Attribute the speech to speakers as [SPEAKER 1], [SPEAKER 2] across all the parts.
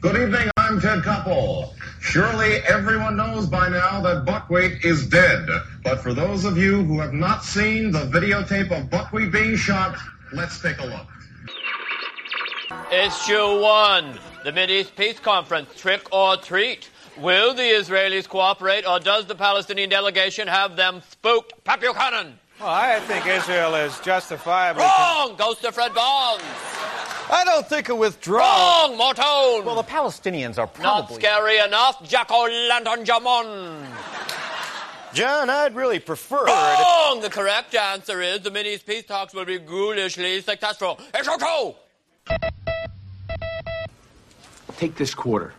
[SPEAKER 1] Good evening, I'm Ted Koppel. Surely everyone knows by now that buckwheat is dead. But for those of you who have not seen the videotape of buckwheat being shot, let's take a look.
[SPEAKER 2] Issue 1 The Mideast Peace Conference Trick or Treat. Will the Israelis cooperate or does the Palestinian delegation have them spooked? Pat Buchanan.
[SPEAKER 3] Well, I think Israel is justifiably.
[SPEAKER 2] Wrong! Goes to Fred Barnes.
[SPEAKER 3] I don't think a withdrawal.
[SPEAKER 2] Wrong! Mortone.
[SPEAKER 4] Well, the Palestinians are
[SPEAKER 2] Not
[SPEAKER 4] probably.
[SPEAKER 2] scary enough. Jack O'Lantern Jamon.
[SPEAKER 4] John, I'd really prefer it.
[SPEAKER 2] Wrong! The correct answer is the Mideast Peace Talks will be ghoulishly successful. Issue 2.
[SPEAKER 5] Take this quarter.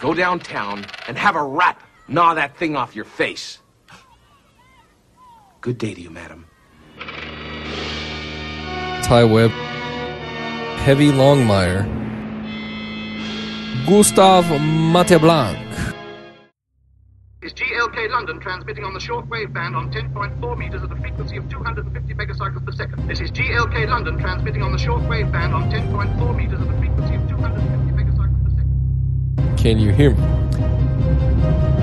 [SPEAKER 5] Go downtown and have a rat gnaw that thing off your face. Good day to you, madam.
[SPEAKER 6] Ty Webb, Heavy Longmire, Gustav Mateblanc,
[SPEAKER 7] is GLK London transmitting on the shortwave band on 10.4 meters at a frequency of 250 megacycles per second. This is GLK London transmitting on the shortwave band on 10.4 meters at a frequency of 250 megacycles per second.
[SPEAKER 6] Can you hear me?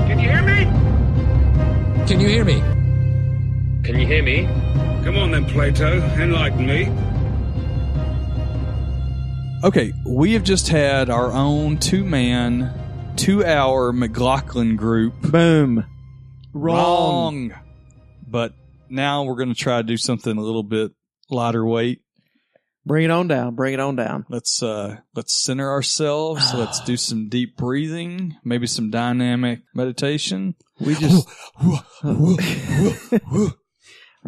[SPEAKER 7] Can you hear me?
[SPEAKER 6] Can you hear me?
[SPEAKER 8] Can you hear me?
[SPEAKER 9] Come on then, Plato, enlighten me.
[SPEAKER 10] Okay, we have just had our own two man, two hour McLaughlin group.
[SPEAKER 3] Boom.
[SPEAKER 10] Wrong. But now we're going to try to do something a little bit lighter weight.
[SPEAKER 3] Bring it on down. Bring it on down.
[SPEAKER 10] Let's uh let's center ourselves. let's do some deep breathing, maybe some dynamic meditation.
[SPEAKER 3] We just. I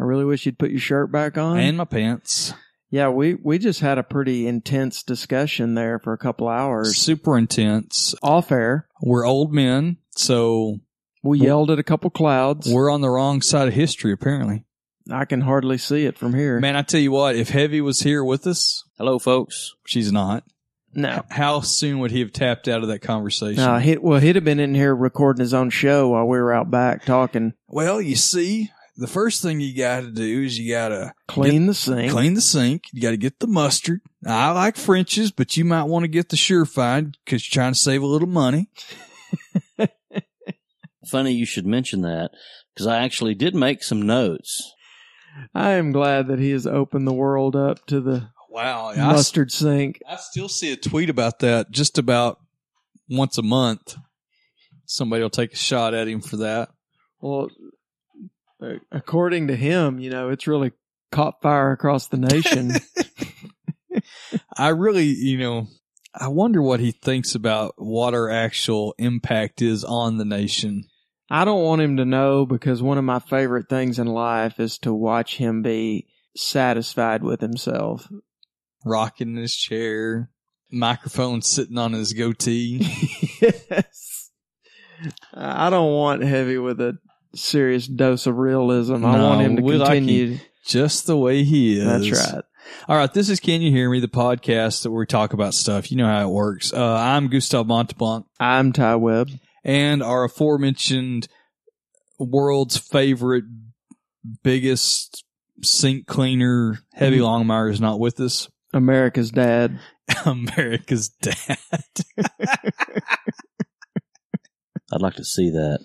[SPEAKER 3] really wish you'd put your shirt back on.
[SPEAKER 10] and my pants.
[SPEAKER 3] yeah, we we just had a pretty intense discussion there for a couple hours
[SPEAKER 10] Super intense.
[SPEAKER 3] off air.
[SPEAKER 10] We're old men, so
[SPEAKER 3] We yelled at a couple clouds.
[SPEAKER 10] we're on the wrong side of history apparently.
[SPEAKER 3] I can hardly see it from here.
[SPEAKER 10] Man, I tell you what, if Heavy was here with us,
[SPEAKER 4] Hello, folks.
[SPEAKER 10] she's not.
[SPEAKER 3] No.
[SPEAKER 10] How soon would he have tapped out of that conversation?
[SPEAKER 3] No, he, well, he'd have been in here recording his own show while we were out back talking.
[SPEAKER 10] well, you see, the first thing you got to do is you got to
[SPEAKER 3] Clean the sink.
[SPEAKER 10] clean the sink. You got to get the mustard. I like French's, but you might want to get the Surefide because you're trying to save a little money.
[SPEAKER 8] Funny you should mention that because I actually did make some notes.
[SPEAKER 3] I am glad that he has opened the world up to the
[SPEAKER 10] Wow.
[SPEAKER 3] mustard sink.
[SPEAKER 10] I still see a tweet about that just about once a month. Somebody will take a shot at him for that.
[SPEAKER 3] Well, a- according to him, you know, it's really caught fire across the nation.
[SPEAKER 10] I really, you know, I wonder what he thinks about what our actual impact is on the nation.
[SPEAKER 3] I don't want him to know because one of my favorite things in life is to watch him be satisfied with himself.
[SPEAKER 10] Rocking in his chair, microphone sitting on his goatee.
[SPEAKER 3] yes. I don't want heavy with a serious dose of realism. I
[SPEAKER 10] No,
[SPEAKER 3] want him to
[SPEAKER 10] we like
[SPEAKER 3] continue.
[SPEAKER 10] Just the way he is.
[SPEAKER 3] That's right.
[SPEAKER 10] All right, this is Can You Hear Me, the podcast that we talk about stuff. You know how it works. Uh, I'm Gustav Monteblanc,
[SPEAKER 3] I'm Ty Webb.
[SPEAKER 10] and our aforementioned world's favorite, biggest sink cleaner, Heavy Longmire, is not with us.
[SPEAKER 3] America's dad.
[SPEAKER 10] America's dad.
[SPEAKER 8] I'd like to see that.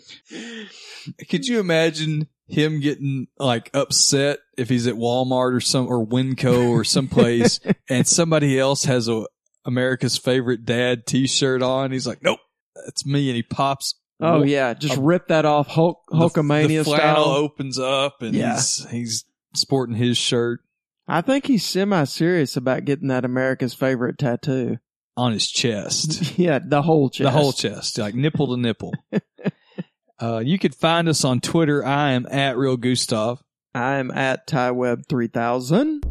[SPEAKER 10] Could you imagine him getting like upset if he's at Walmart or some or Winco or someplace and somebody else has a America's favorite dad T-shirt on? He's like, nope, that's me, and he pops.
[SPEAKER 3] Oh yeah, just rip that off Hulk
[SPEAKER 10] uh, the-
[SPEAKER 3] Hulkamania
[SPEAKER 10] the flannel
[SPEAKER 3] style.
[SPEAKER 10] opens up and
[SPEAKER 3] Yeah.
[SPEAKER 10] he's he's sporting his shirt
[SPEAKER 3] I think he's semi serious about getting that America's favorite tattoo.
[SPEAKER 10] on his chest.
[SPEAKER 3] yeah, the whole chest.
[SPEAKER 10] The whole chest, like nipple to nipple. uh, you could find us on Twitter. I am at Real Gustav.
[SPEAKER 3] I'm at TyWeb three thousand.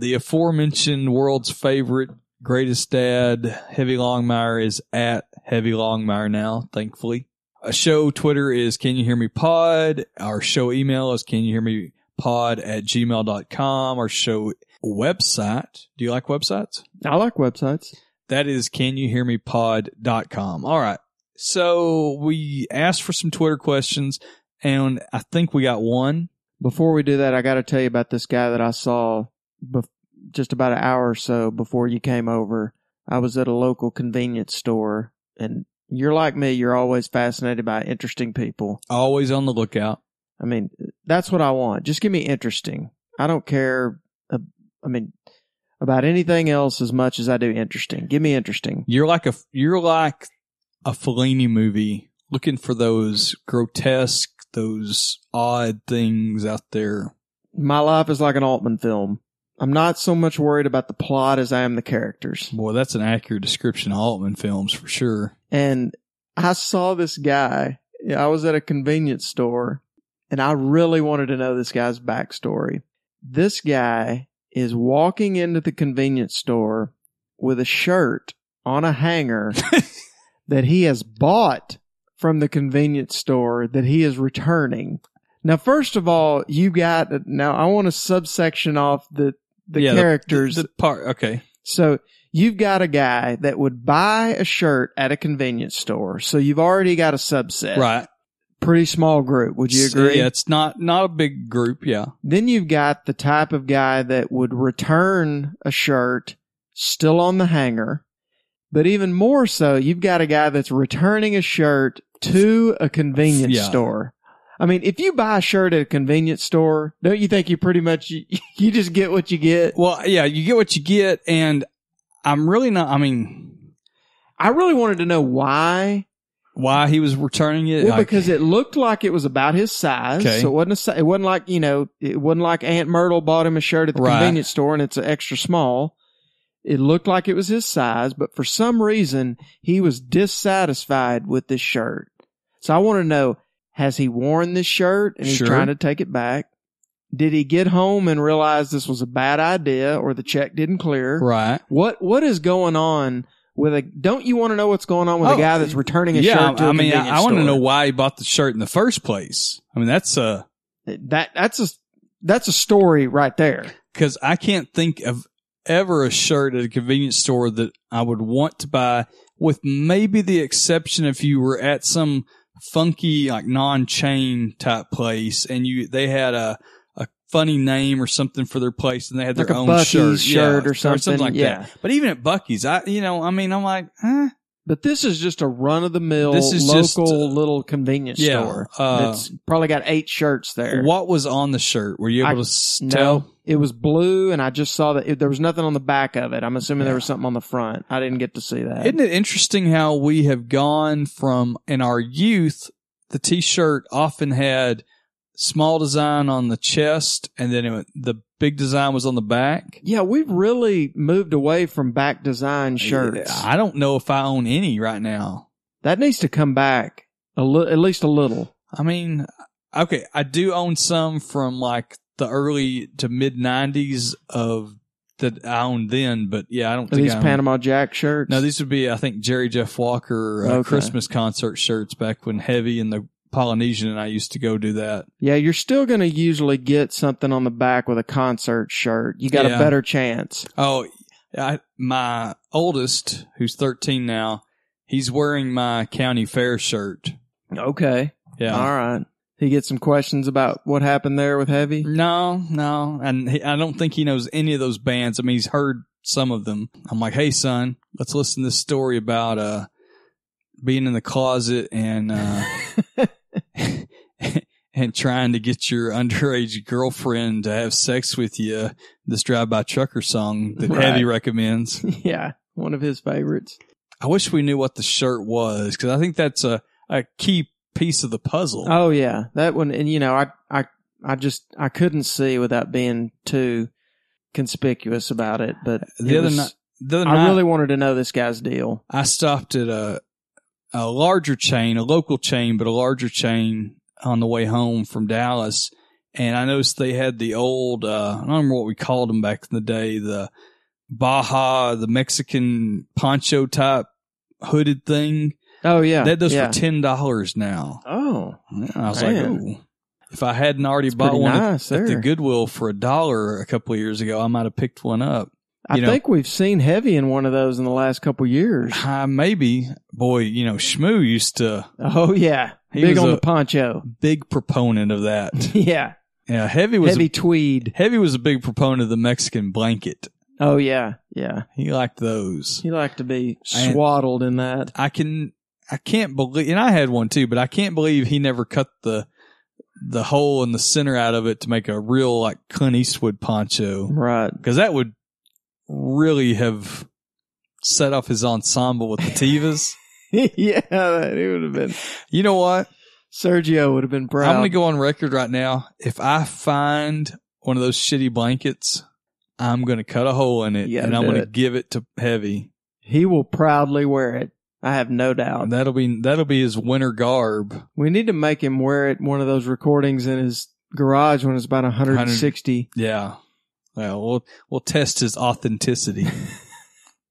[SPEAKER 10] The aforementioned world's favorite, greatest dad, Heavy Longmire, is at Heavy Longmire now, thankfully. A show Twitter is Can You Hear Me Pod. Our show email is Can You Hear Me Pod at gmail.com. Our show website. Do you like websites?
[SPEAKER 3] I like websites.
[SPEAKER 10] That is can you hear me pod.com. All right. So we asked for some Twitter questions and I think we got one.
[SPEAKER 3] Before we do that, I got to tell you about this guy that I saw bef- just about an hour or so before you came over, I was at a local convenience store, and you're like me, you're always fascinated by interesting people.
[SPEAKER 10] Always on the lookout.
[SPEAKER 3] I mean, that's what I want. Just give me interesting. I don't care. uh, I mean, about anything else as much as I do interesting. Give me interesting.
[SPEAKER 10] You're like a you're like a Fellini movie, looking for those grotesque, those odd things out there.
[SPEAKER 3] My life is like an Altman film. I'm not so much worried about the plot as I am the characters.
[SPEAKER 10] Boy, that's an accurate description of Altman films for sure.
[SPEAKER 3] And I saw this guy. Yeah, I was at a convenience store and I really wanted to know this guy's backstory. This guy is walking into the convenience store with a shirt on a hanger that he has bought from the convenience store that he is returning. Now, first of all, you got now I want to subsection off the the
[SPEAKER 10] Yeah,
[SPEAKER 3] characters.
[SPEAKER 10] The part okay.
[SPEAKER 3] So you've got a guy that would buy a shirt at a convenience store. So you've already got a subset.
[SPEAKER 10] Right.
[SPEAKER 3] Pretty small group. Would Uh, you agree?
[SPEAKER 10] Yeah, it's not not a big group, yeah.
[SPEAKER 3] Then you've got the type of guy that would return a shirt still on the hanger. But even more so, you've got a guy that's returning a shirt to a convenience
[SPEAKER 10] Yeah.
[SPEAKER 3] store. I mean, if you buy a shirt at a convenience store, don't you think you pretty much you, you just get what you get?
[SPEAKER 10] Well, yeah, you get what you get and I'm really not I mean,
[SPEAKER 3] I really wanted to know why
[SPEAKER 10] why he was returning it.
[SPEAKER 3] Well,
[SPEAKER 10] like-
[SPEAKER 3] because it looked like it was about his size,
[SPEAKER 10] Okay.
[SPEAKER 3] so it wasn't. A, si- it wasn't like you know, it wasn't like Aunt Myrtle bought him a shirt at the
[SPEAKER 10] Right.
[SPEAKER 3] convenience store and it's an extra small. It looked like it was his size, but for some reason he was dissatisfied with this shirt. So I want to know: Has he worn this shirt and he's
[SPEAKER 10] Sure.
[SPEAKER 3] trying to take it back? Did he get home and realize this was a bad idea, or the check didn't clear?
[SPEAKER 10] right.
[SPEAKER 3] What What is going on? With a, don't you want to know what's going on with
[SPEAKER 10] Oh,
[SPEAKER 3] a guy that's returning a
[SPEAKER 10] yeah,
[SPEAKER 3] shirt to a
[SPEAKER 10] I mean, I,
[SPEAKER 3] convenience
[SPEAKER 10] I want to know
[SPEAKER 3] store?
[SPEAKER 10] why he bought the shirt in the first place. I mean, that's uh
[SPEAKER 3] that that's a that's a story right there.
[SPEAKER 10] because I can't think of ever a shirt at a convenience store that I would want to buy, with maybe the exception if you were at some funky like non-chain type place and you they had a a funny name or something for their place and they had
[SPEAKER 3] Like
[SPEAKER 10] their
[SPEAKER 3] a
[SPEAKER 10] own shirt,
[SPEAKER 3] Buc-ee's shirt
[SPEAKER 10] Yeah,
[SPEAKER 3] or something,
[SPEAKER 10] like
[SPEAKER 3] yeah.
[SPEAKER 10] that. But even at Bucky's, I you know, I mean, I'm like, eh,
[SPEAKER 3] But this is just a run of the mill
[SPEAKER 10] This is
[SPEAKER 3] local
[SPEAKER 10] just, uh,
[SPEAKER 3] little convenience
[SPEAKER 10] yeah,
[SPEAKER 3] store.
[SPEAKER 10] uh,
[SPEAKER 3] that's probably got eight shirts there.
[SPEAKER 10] what was on the shirt? Were you able
[SPEAKER 3] I-
[SPEAKER 10] to s-
[SPEAKER 3] No,
[SPEAKER 10] tell?
[SPEAKER 3] it was blue, and I just saw that it, there was nothing on the back of it. I'm assuming there was something on the front. I didn't get to see that.
[SPEAKER 10] Isn't it interesting how we have gone from in our youth, the T-shirt often had small design on the chest, and then it, went- the big design was on the back.
[SPEAKER 3] yeah, we've really moved away from back design shirts.
[SPEAKER 10] I don't know if I own any right now.
[SPEAKER 3] that needs to come back a li- at least a little.
[SPEAKER 10] I mean, okay, I do own some from like the early to mid '90s of that I owned then, but yeah, I don't
[SPEAKER 3] Are
[SPEAKER 10] think
[SPEAKER 3] these
[SPEAKER 10] I own-
[SPEAKER 3] Panama Jack shirts.
[SPEAKER 10] No, these would be, I think, Jerry Jeff Walker uh,
[SPEAKER 3] Okay.
[SPEAKER 10] Christmas concert shirts back when Heavy and the Polynesian and I used to go do that.
[SPEAKER 3] Yeah, you're still going to usually get something on the back with a concert shirt. You got
[SPEAKER 10] Yeah.
[SPEAKER 3] a better chance.
[SPEAKER 10] Oh, I, my oldest, who's 13 now, he's wearing my county fair shirt.
[SPEAKER 3] Okay.
[SPEAKER 10] Yeah.
[SPEAKER 3] All right. He gets some questions about what happened there with Heavy.
[SPEAKER 10] No, no. And he, I don't think he knows any of those bands. I mean, he's heard some of them. I'm like, hey, son, let's listen to this story about uh, being in the closet and. Uh, And trying to get your underage girlfriend to have sex with you, this drive by trucker song that
[SPEAKER 3] Right.
[SPEAKER 10] Heavy recommends.
[SPEAKER 3] yeah, one of his favorites.
[SPEAKER 10] I wish we knew what the shirt was because I think that's a, a key piece of the puzzle.
[SPEAKER 3] Oh yeah, that one. And you know, I I I just I couldn't see without being too conspicuous about it. But
[SPEAKER 10] the
[SPEAKER 3] it
[SPEAKER 10] other
[SPEAKER 3] was-
[SPEAKER 10] night, the other
[SPEAKER 3] I
[SPEAKER 10] night,
[SPEAKER 3] really wanted to know this guy's deal.
[SPEAKER 10] I stopped at a a larger chain, a local chain, but a larger chain on the way home from Dallas, and I noticed they had the old uh, I don't remember what we called them back in the day the Baja, the Mexican poncho type hooded thing.
[SPEAKER 3] Oh yeah,
[SPEAKER 10] they had those
[SPEAKER 3] yeah.
[SPEAKER 10] for ten dollars now.
[SPEAKER 3] oh,
[SPEAKER 10] Yeah, I was
[SPEAKER 3] Man.
[SPEAKER 10] like, ooh. If I hadn't already
[SPEAKER 3] pretty
[SPEAKER 10] bought one at-
[SPEAKER 3] nice
[SPEAKER 10] at, the
[SPEAKER 3] there.
[SPEAKER 10] Goodwill for a dollar a couple of years ago, I might have picked one up.
[SPEAKER 3] I
[SPEAKER 10] You know-
[SPEAKER 3] think we've seen Heavy in one of those in the last couple years.
[SPEAKER 10] I maybe, boy, you know, Shmoo used to
[SPEAKER 3] Oh yeah,
[SPEAKER 10] He
[SPEAKER 3] big
[SPEAKER 10] was
[SPEAKER 3] on
[SPEAKER 10] a-
[SPEAKER 3] the poncho.
[SPEAKER 10] big proponent of that.
[SPEAKER 3] Yeah,
[SPEAKER 10] yeah, heavy was
[SPEAKER 3] heavy
[SPEAKER 10] A,
[SPEAKER 3] tweed.
[SPEAKER 10] heavy was a big proponent of the Mexican blanket.
[SPEAKER 3] Oh yeah, yeah.
[SPEAKER 10] He liked those.
[SPEAKER 3] He liked to be
[SPEAKER 10] And-
[SPEAKER 3] swaddled in that.
[SPEAKER 10] I can I can't believe and I had one too, but I can't believe he never cut the the hole in the center out of it to make a real like Clint Eastwood poncho
[SPEAKER 3] Right.
[SPEAKER 10] because that would really have set off his ensemble with the Tivas.
[SPEAKER 3] yeah, that, it would have been.
[SPEAKER 10] you know what?
[SPEAKER 3] Sergio would have been proud.
[SPEAKER 10] I'm going to go on record right now. If I find one of those shitty blankets, I'm going to cut a hole in it
[SPEAKER 3] You gotta
[SPEAKER 10] and I'm
[SPEAKER 3] do
[SPEAKER 10] going to
[SPEAKER 3] it.
[SPEAKER 10] give it to Heavy.
[SPEAKER 3] He will proudly wear it. I have no doubt.
[SPEAKER 10] That'll be that'll be his winter garb.
[SPEAKER 3] We need to make him wear it one of those recordings in his garage when it's about 160.
[SPEAKER 10] Yeah. Well, we'll we'll test his authenticity.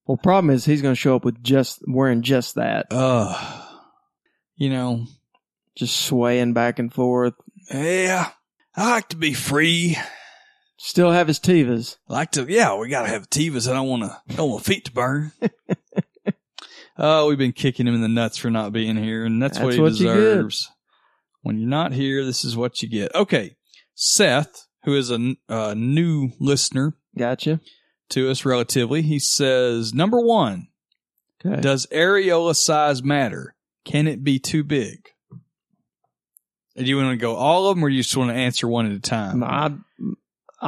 [SPEAKER 3] Well, problem is he's going to show up with just wearing just that,
[SPEAKER 10] uh you know,
[SPEAKER 3] just swaying back and forth.
[SPEAKER 10] yeah. I like to be free.
[SPEAKER 3] Still have his tivas.
[SPEAKER 10] I like to yeah, we gotta have Tivas. I don't wanna I don't want feet to burn. Oh, we've been kicking him in the nuts for not being here, and that's, what
[SPEAKER 3] That's
[SPEAKER 10] he
[SPEAKER 3] what you get.
[SPEAKER 10] deserves. When you're not here, this is what you get. Okay, Seth, who is a n- a new listener
[SPEAKER 3] Gotcha.
[SPEAKER 10] to us relatively, he says number one,
[SPEAKER 3] Okay.
[SPEAKER 10] Does areola size matter? Can it be too big? Do you want to go all of them, or you just want to answer one at a time?
[SPEAKER 3] Um, I,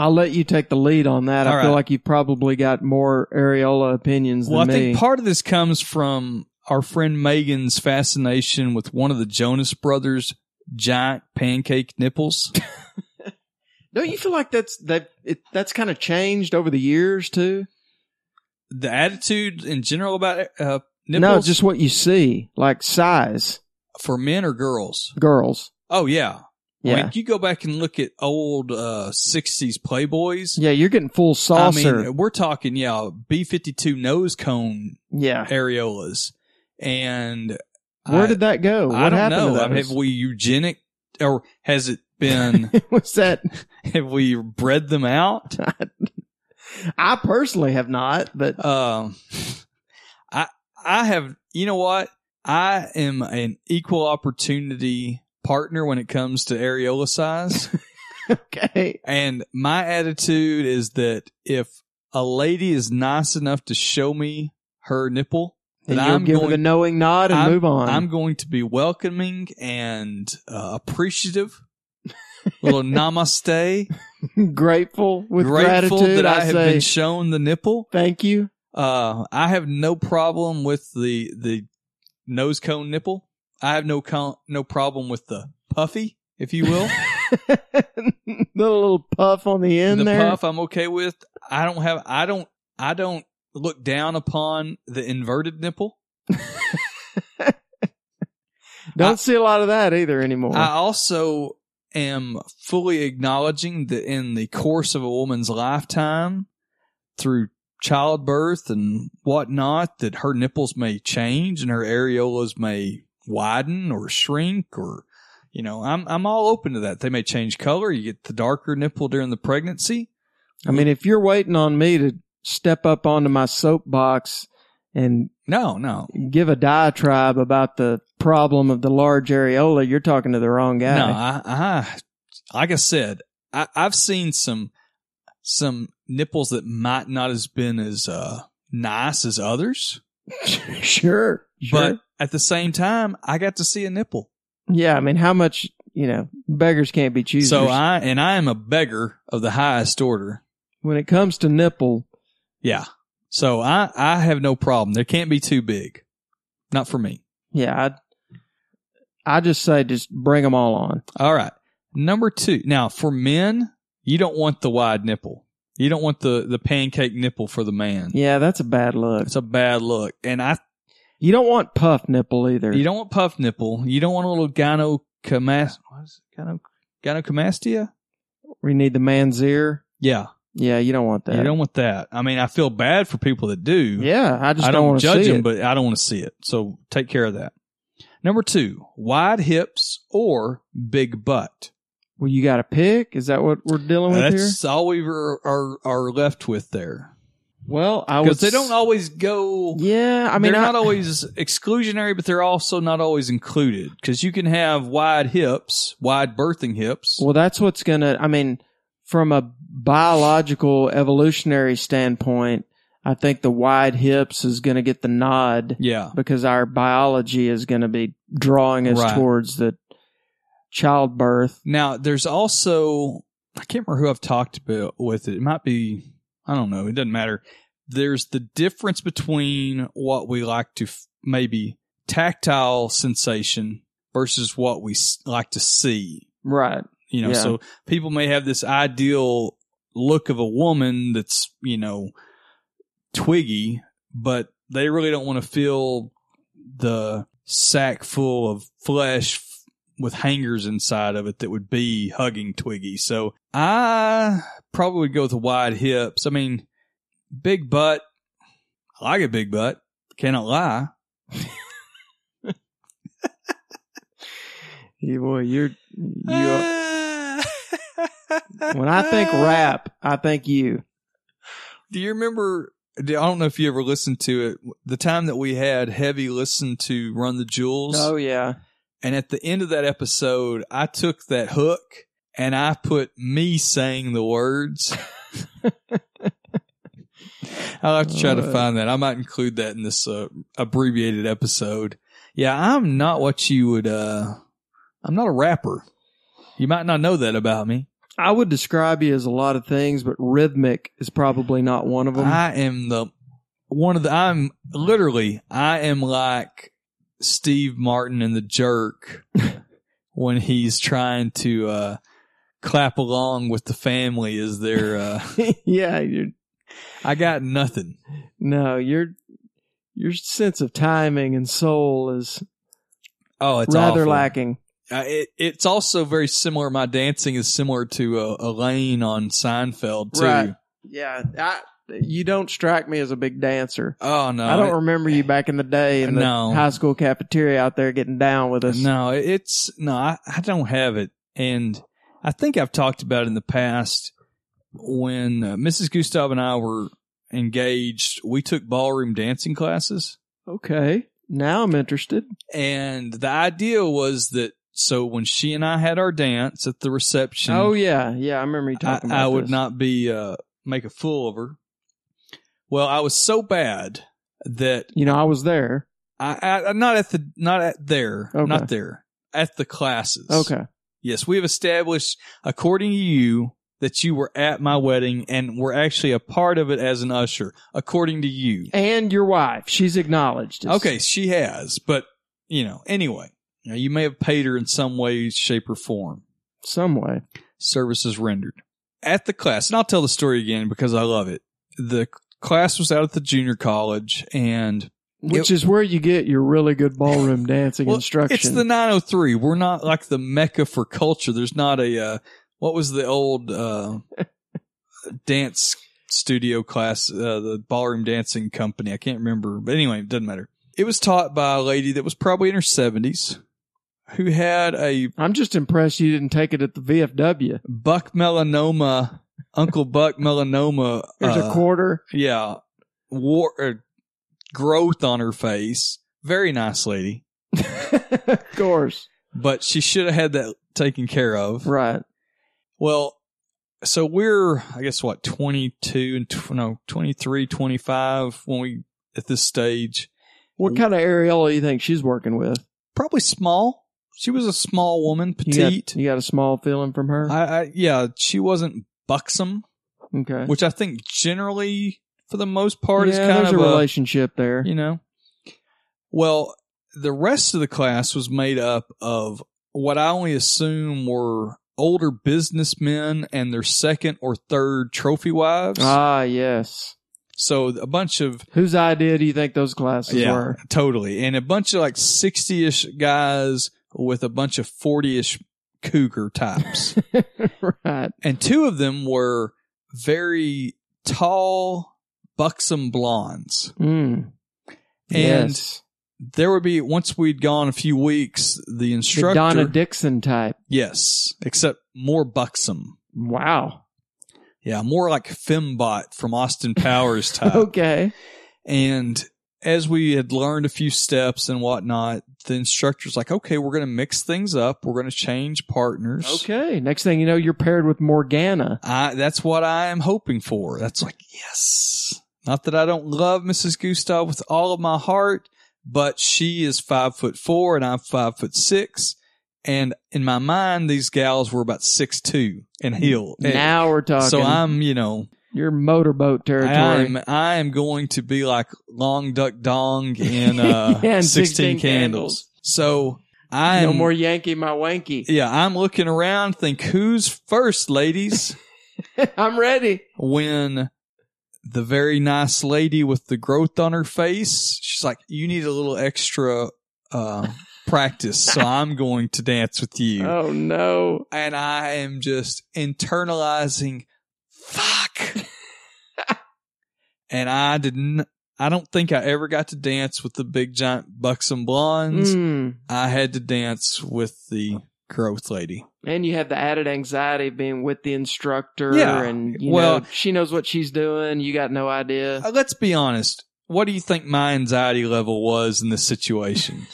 [SPEAKER 3] I'll let you take the lead on that. I
[SPEAKER 10] All
[SPEAKER 3] feel
[SPEAKER 10] right.
[SPEAKER 3] like you've probably got more areola opinions
[SPEAKER 10] well, I
[SPEAKER 3] than me.
[SPEAKER 10] think part of this comes from our friend Megan's fascination with one of the Jonas Brothers' giant pancake nipples.
[SPEAKER 3] Don't you feel like that's that? It, that's kind of changed over the years too.
[SPEAKER 10] the attitude in general about uh, nipples
[SPEAKER 3] No, just what you see, like size,
[SPEAKER 10] for men or girls.
[SPEAKER 3] girls.
[SPEAKER 10] Oh yeah,
[SPEAKER 3] Yeah,
[SPEAKER 10] Like you go back and look at old uh, '60s Playboys.
[SPEAKER 3] yeah. You're getting full
[SPEAKER 10] I
[SPEAKER 3] saucer.
[SPEAKER 10] mean, uh, we're talking yeah, B fifty two nose cone
[SPEAKER 3] yeah.
[SPEAKER 10] areolas. And
[SPEAKER 3] Where
[SPEAKER 10] I,
[SPEAKER 3] did that go? What
[SPEAKER 10] I don't
[SPEAKER 3] happened
[SPEAKER 10] know.
[SPEAKER 3] to
[SPEAKER 10] I mean,
[SPEAKER 3] those?
[SPEAKER 10] have we eugenic or has it been
[SPEAKER 3] What's that?
[SPEAKER 10] have we bred them out?
[SPEAKER 3] I personally have not, but
[SPEAKER 10] Um I I have you know what? I am an equal opportunity partner when it comes to areola size.
[SPEAKER 3] okay.
[SPEAKER 10] and my attitude is that if a lady is nice enough to show me her nipple,
[SPEAKER 3] Then
[SPEAKER 10] then
[SPEAKER 3] you'll
[SPEAKER 10] I'm
[SPEAKER 3] give
[SPEAKER 10] going
[SPEAKER 3] it a knowing nod and
[SPEAKER 10] I'm-
[SPEAKER 3] move on.
[SPEAKER 10] I'm going to be welcoming and uh, appreciative. Little namaste.
[SPEAKER 3] grateful with
[SPEAKER 10] grateful
[SPEAKER 3] gratitude.
[SPEAKER 10] that I,
[SPEAKER 3] I,
[SPEAKER 10] have
[SPEAKER 3] say
[SPEAKER 10] been shown the nipple.
[SPEAKER 3] thank you.
[SPEAKER 10] Uh, I have no problem with the the nose cone nipple. I have no con- no problem with the puffy, if you will.
[SPEAKER 3] the little puff on the end
[SPEAKER 10] the
[SPEAKER 3] there.
[SPEAKER 10] puff I'm okay with. I don't have I don't I don't look down upon the inverted nipple.
[SPEAKER 3] Don't
[SPEAKER 10] I-
[SPEAKER 3] see a lot of that either anymore.
[SPEAKER 10] I also am fully acknowledging that in the course of a woman's lifetime, through childbirth and whatnot, that her nipples may change and her areolas may widen or shrink or you know, I'm I'm all open to that. They may change color. You get the darker nipple during the pregnancy.
[SPEAKER 3] I mean, if you're waiting on me to step up onto my soapbox and
[SPEAKER 10] No, no.
[SPEAKER 3] give a diatribe about the problem of the large areola, you're talking to the wrong guy.
[SPEAKER 10] No, I, I like I said, I, I've seen some some nipples that might not has been as uh, nice as others,
[SPEAKER 3] sure, sure.
[SPEAKER 10] but at the same time, I got to see a nipple.
[SPEAKER 3] yeah, I mean, how much you know? Beggars can't be choosers.
[SPEAKER 10] So I and I am a beggar of the highest order.
[SPEAKER 3] when it comes to nipple,
[SPEAKER 10] Yeah. So I I have no problem. There can't be too big, not for me.
[SPEAKER 3] yeah, I, I just say just bring them all on.
[SPEAKER 10] All right. Number two. Now for men, you don't want the wide nipple. You don't want the the pancake nipple for the man.
[SPEAKER 3] Yeah, that's a bad look.
[SPEAKER 10] It's a bad look, and I
[SPEAKER 3] You don't want puff nipple either.
[SPEAKER 10] You don't want puff nipple. You don't want a little gynocomastia. What is it? Gyno- gynecomastia?
[SPEAKER 3] we need the man's ear.
[SPEAKER 10] Yeah.
[SPEAKER 3] Yeah, you don't want that.
[SPEAKER 10] You don't want that. I mean, I feel bad for people that do.
[SPEAKER 3] yeah, I just
[SPEAKER 10] I
[SPEAKER 3] don't,
[SPEAKER 10] don't,
[SPEAKER 3] want to
[SPEAKER 10] judge
[SPEAKER 3] see
[SPEAKER 10] them,
[SPEAKER 3] it.
[SPEAKER 10] but I don't want to see it. So take care of that. Number two, wide hips or big butt.
[SPEAKER 3] well, you got to pick. Is that what we're dealing with here?
[SPEAKER 10] That's all we are, are, are left with there.
[SPEAKER 3] Well, I
[SPEAKER 10] Because
[SPEAKER 3] was.
[SPEAKER 10] they don't always go.
[SPEAKER 3] Yeah, I mean,
[SPEAKER 10] they're
[SPEAKER 3] I,
[SPEAKER 10] not always exclusionary, but they're also not always included. Because you can have wide hips, wide birthing hips.
[SPEAKER 3] Well, that's what's gonna. I mean, from a biological evolutionary standpoint, I think the wide hips is going to get the nod
[SPEAKER 10] Yeah.
[SPEAKER 3] because our biology is going to be drawing us
[SPEAKER 10] Right.
[SPEAKER 3] towards the childbirth.
[SPEAKER 10] Now, there's also I can't remember who I've talked about with it. It might be I don't know. It doesn't matter. There's the difference between what we like to f- maybe tactile sensation versus what we s- like to see.
[SPEAKER 3] Right.
[SPEAKER 10] You know,
[SPEAKER 3] Yeah.
[SPEAKER 10] so people may have this ideal look of a woman that's you know twiggy, but they really don't want to feel the sack full of flesh f- with hangers inside of it that would be hugging Twiggy. So I probably would go with the wide hips. I mean, big butt. I like a big butt. Cannot lie.
[SPEAKER 3] You, boy, you're, you are-
[SPEAKER 10] when
[SPEAKER 3] when I think rap, I think you.
[SPEAKER 10] Do you remember? do- I don't know if you ever listened to it. The time that we had Heavy listen to Run the Jewels.
[SPEAKER 3] Oh yeah.
[SPEAKER 10] And at the end of that episode, I took that hook and I put me saying the words. I'll have to try to
[SPEAKER 3] Uh.
[SPEAKER 10] find that. I might include that in this uh, abbreviated episode. Yeah, I'm not what you would. uh I'm not a rapper. You might not know that about me.
[SPEAKER 3] I would describe you as a lot of things, but rhythmic is probably not one of them.
[SPEAKER 10] I am the one of the. I'm literally. I am like Steve Martin in the Jerk when he's trying to uh, clap along with the family. Is there? Uh,
[SPEAKER 3] yeah, you're
[SPEAKER 10] I got nothing.
[SPEAKER 3] no, your your sense of timing and soul is
[SPEAKER 10] Oh, it's
[SPEAKER 3] rather
[SPEAKER 10] awful.
[SPEAKER 3] lacking.
[SPEAKER 10] Uh, it, it's also very similar. My dancing is similar to uh, Elaine on Seinfeld too.
[SPEAKER 3] Right. Yeah, I, you don't strike me as a big dancer.
[SPEAKER 10] Oh no,
[SPEAKER 3] I
[SPEAKER 10] it-
[SPEAKER 3] don't remember you back in the day in the
[SPEAKER 10] No.
[SPEAKER 3] high school cafeteria out there getting down with us.
[SPEAKER 10] No, it's no, I, I don't have it. And I think I've talked about it in the past when uh, Mrs. Gustav and I were engaged, we took ballroom dancing classes.
[SPEAKER 3] Okay, now I'm interested.
[SPEAKER 10] And the idea was that so when she and I had our dance at the reception,
[SPEAKER 3] Oh yeah, yeah, I remember you
[SPEAKER 10] I,
[SPEAKER 3] talking about
[SPEAKER 10] I would
[SPEAKER 3] this.
[SPEAKER 10] not be, uh, make a fool of her. Well, I was so bad that
[SPEAKER 3] You know, I was there.
[SPEAKER 10] I, I I'm not at the, not at there,
[SPEAKER 3] Okay.
[SPEAKER 10] not there, at the classes.
[SPEAKER 3] Okay,
[SPEAKER 10] Yes, we have established, according to you, that you were at my wedding and were actually a part of it as an usher, according to you.
[SPEAKER 3] and your wife, she's acknowledged. it.
[SPEAKER 10] Okay, she has, but, you know, anyway, you, know, you may have paid her in some way, shape, or form.
[SPEAKER 3] some way.
[SPEAKER 10] Services rendered. At the class, and I'll tell the story again because I love it. The class was out at the junior college and
[SPEAKER 3] Which is where you get your really good ballroom dancing
[SPEAKER 10] Well,
[SPEAKER 3] instruction.
[SPEAKER 10] It's the 903. We're not like the mecca for culture. There's not a uh, what was the old uh, dance studio class, uh, the ballroom dancing company. I can't remember, but anyway, it doesn't matter. It was taught by a lady that was probably in her 70s who had a
[SPEAKER 3] I'm just impressed you didn't take it at the VFW.
[SPEAKER 10] buck melanoma, Uncle Buck melanoma.
[SPEAKER 3] There's
[SPEAKER 10] uh,
[SPEAKER 3] a quarter.
[SPEAKER 10] yeah, war uh, growth on her face. Very nice lady,
[SPEAKER 3] of course.
[SPEAKER 10] but she should have had that taken care of.
[SPEAKER 3] Right.
[SPEAKER 10] Well, so we're, I guess, what, 22 and tw- no, 23, 25 when we at this stage. Mm.
[SPEAKER 3] What kind of areola do you think she's working with?
[SPEAKER 10] Probably small. She was a small woman,
[SPEAKER 3] You got-
[SPEAKER 10] petite.
[SPEAKER 3] You got, a small feeling from her?
[SPEAKER 10] I, I, yeah, she wasn't buxom,
[SPEAKER 3] okay.
[SPEAKER 10] which I think generally, for the most part, is
[SPEAKER 3] Yeah,
[SPEAKER 10] kind
[SPEAKER 3] there's
[SPEAKER 10] of
[SPEAKER 3] a
[SPEAKER 10] a,
[SPEAKER 3] relationship there.
[SPEAKER 10] you know. Well, the rest of the class was made up of what I only assume were older businessmen and their second or third trophy wives.
[SPEAKER 3] Ah, yes.
[SPEAKER 10] So a bunch of
[SPEAKER 3] Whose idea do you think those classes were?
[SPEAKER 10] totally, and a bunch of like sixty-ish guys with a bunch of forty-ish cougar types,
[SPEAKER 3] right.
[SPEAKER 10] and two of them were very tall, buxom blondes.
[SPEAKER 3] Mm.
[SPEAKER 10] And
[SPEAKER 3] yes.
[SPEAKER 10] there would be once we'd gone a few weeks, the
[SPEAKER 3] The
[SPEAKER 10] instructor,
[SPEAKER 3] Donna Dixon type.
[SPEAKER 10] yes, except more buxom.
[SPEAKER 3] Wow.
[SPEAKER 10] Uh, Yeah, more like Fembot from Austin Powers type.
[SPEAKER 3] Okay.
[SPEAKER 10] and as we had learned a few steps and whatnot, the instructor's like, okay, we're going to mix things up. We're going to change partners.
[SPEAKER 3] Okay. Next thing you know, you're paired with Morgana.
[SPEAKER 10] I, that's what I am hoping for. That's like, yes. Not that I don't love Mrs. Gustav with all of my heart, but she is five foot four and I'm five foot six. And in my mind, these gals were about six two and heel.
[SPEAKER 3] Now we're talking.
[SPEAKER 10] so I'm, you know,
[SPEAKER 3] your motorboat territory.
[SPEAKER 10] I am, I am going to be like Long Duck Dong in uh,
[SPEAKER 3] Yeah, and
[SPEAKER 10] 16,
[SPEAKER 3] 16
[SPEAKER 10] candles.
[SPEAKER 3] Candles.
[SPEAKER 10] So I am,
[SPEAKER 3] no more Yankee, my wanky.
[SPEAKER 10] yeah, I'm looking around, think who's first, ladies?
[SPEAKER 3] I'm ready.
[SPEAKER 10] when the very nice lady with the growth on her face, she's like, you need a little extra uh, practice, so I'm going to dance with you.
[SPEAKER 3] Oh no.
[SPEAKER 10] And I am just internalizing, fuck. and I didn't. I don't think I ever got to dance with the big giant bucks and blondes.
[SPEAKER 3] Mm.
[SPEAKER 10] I had to dance with the growth lady.
[SPEAKER 3] And you have the added anxiety of being with the instructor,
[SPEAKER 10] Yeah.
[SPEAKER 3] and you
[SPEAKER 10] Well-
[SPEAKER 3] know she knows what she's doing. You got no idea.
[SPEAKER 10] Uh, let's be honest. What do you think my anxiety level was in this situation?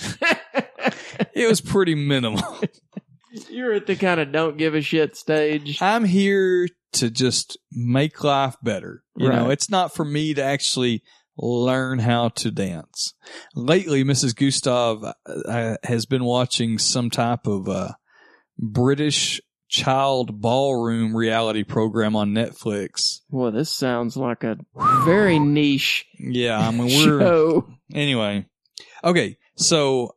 [SPEAKER 10] it was pretty minimal.
[SPEAKER 3] You're at the kind of don't give a shit stage.
[SPEAKER 10] I'm here to just make life better. You know,
[SPEAKER 3] Right.
[SPEAKER 10] it's not for me to actually learn how to dance. Lately, Mrs. Gustav uh, uh, has been watching some type of uh, British child ballroom reality program on Netflix.
[SPEAKER 3] Well, this sounds like a very niche
[SPEAKER 10] Yeah, I mean, we're.
[SPEAKER 3] show.
[SPEAKER 10] anyway okay so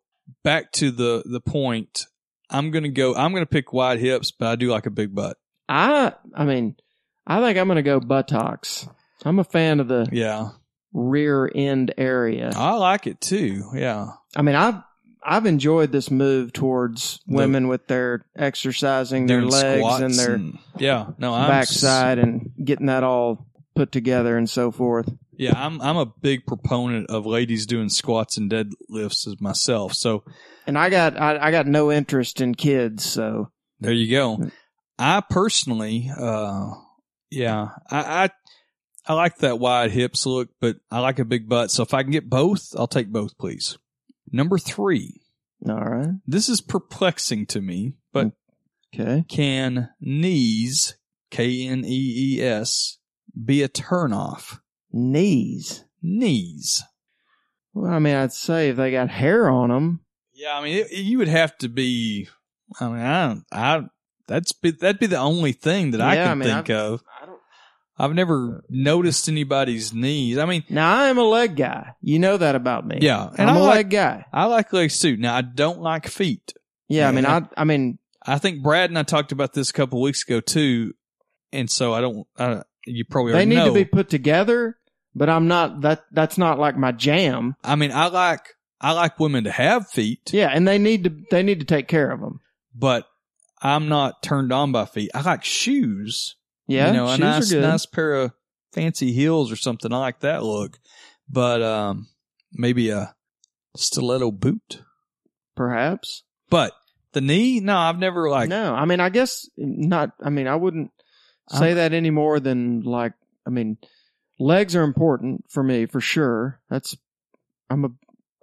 [SPEAKER 10] back to the the point i'm gonna go i'm gonna pick wide hips but i do like a big butt
[SPEAKER 3] I, I mean, I think I'm going to go buttocks. I'm a fan of the
[SPEAKER 10] yeah
[SPEAKER 3] rear end area.
[SPEAKER 10] i like it too yeah
[SPEAKER 3] I mean, I've I've enjoyed this move towards
[SPEAKER 10] The-
[SPEAKER 3] women with their exercising their
[SPEAKER 10] Doing
[SPEAKER 3] legs
[SPEAKER 10] squats
[SPEAKER 3] and their
[SPEAKER 10] yeah no i'm s-
[SPEAKER 3] backside and getting that all put together and so forth.
[SPEAKER 10] yeah i'm i'm a big proponent of ladies doing squats and deadlifts as myself so
[SPEAKER 3] And I got I, I got no interest in kids, so
[SPEAKER 10] there you go i personally uh yeah i i I like that wide hips look, but I like a big butt. So if I can get both, I'll take both, please. Number three,
[SPEAKER 3] all right,
[SPEAKER 10] This is perplexing to me, but
[SPEAKER 3] okay.
[SPEAKER 10] can knees, K N E E S, be a turnoff?
[SPEAKER 3] Knees.
[SPEAKER 10] Knees.
[SPEAKER 3] Well, I mean, I'd say if they got hair on them,
[SPEAKER 10] Yeah, I mean, it, you would have to be. I mean, I, don't- I that's be, that'd be the only thing that I
[SPEAKER 3] Yeah,
[SPEAKER 10] can
[SPEAKER 3] I mean,
[SPEAKER 10] think
[SPEAKER 3] I've-
[SPEAKER 10] of. I've never noticed anybody's knees. I mean,
[SPEAKER 3] now I am a leg guy. You know that about me.
[SPEAKER 10] yeah,
[SPEAKER 3] I'm
[SPEAKER 10] and I
[SPEAKER 3] a
[SPEAKER 10] like
[SPEAKER 3] leg guy.
[SPEAKER 10] I like legs too. Now I don't like feet.
[SPEAKER 3] Yeah, I mean,
[SPEAKER 10] Yeah.
[SPEAKER 3] I I mean,
[SPEAKER 10] I think Brad and I talked about this a couple weeks ago too, and so I don't. I, you probably
[SPEAKER 3] they
[SPEAKER 10] already
[SPEAKER 3] need to
[SPEAKER 10] know.
[SPEAKER 3] be put together, but I'm not that. That's not like my jam.
[SPEAKER 10] I mean, I like I like women to have feet,
[SPEAKER 3] Yeah, and they need to they need to take care of them.
[SPEAKER 10] but I'm not turned on by feet. I like shoes.
[SPEAKER 3] Yeah,
[SPEAKER 10] you know,
[SPEAKER 3] shoes
[SPEAKER 10] a nice
[SPEAKER 3] are good.
[SPEAKER 10] nice pair of fancy heels or something. I like that look, but um, maybe a stiletto boot.
[SPEAKER 3] Perhaps.
[SPEAKER 10] But the knee, no, I've never like.
[SPEAKER 3] no, I mean, I guess not. I mean, I wouldn't say
[SPEAKER 10] I'm-
[SPEAKER 3] that any more than like. I mean, legs are important for me for sure. That's I'm a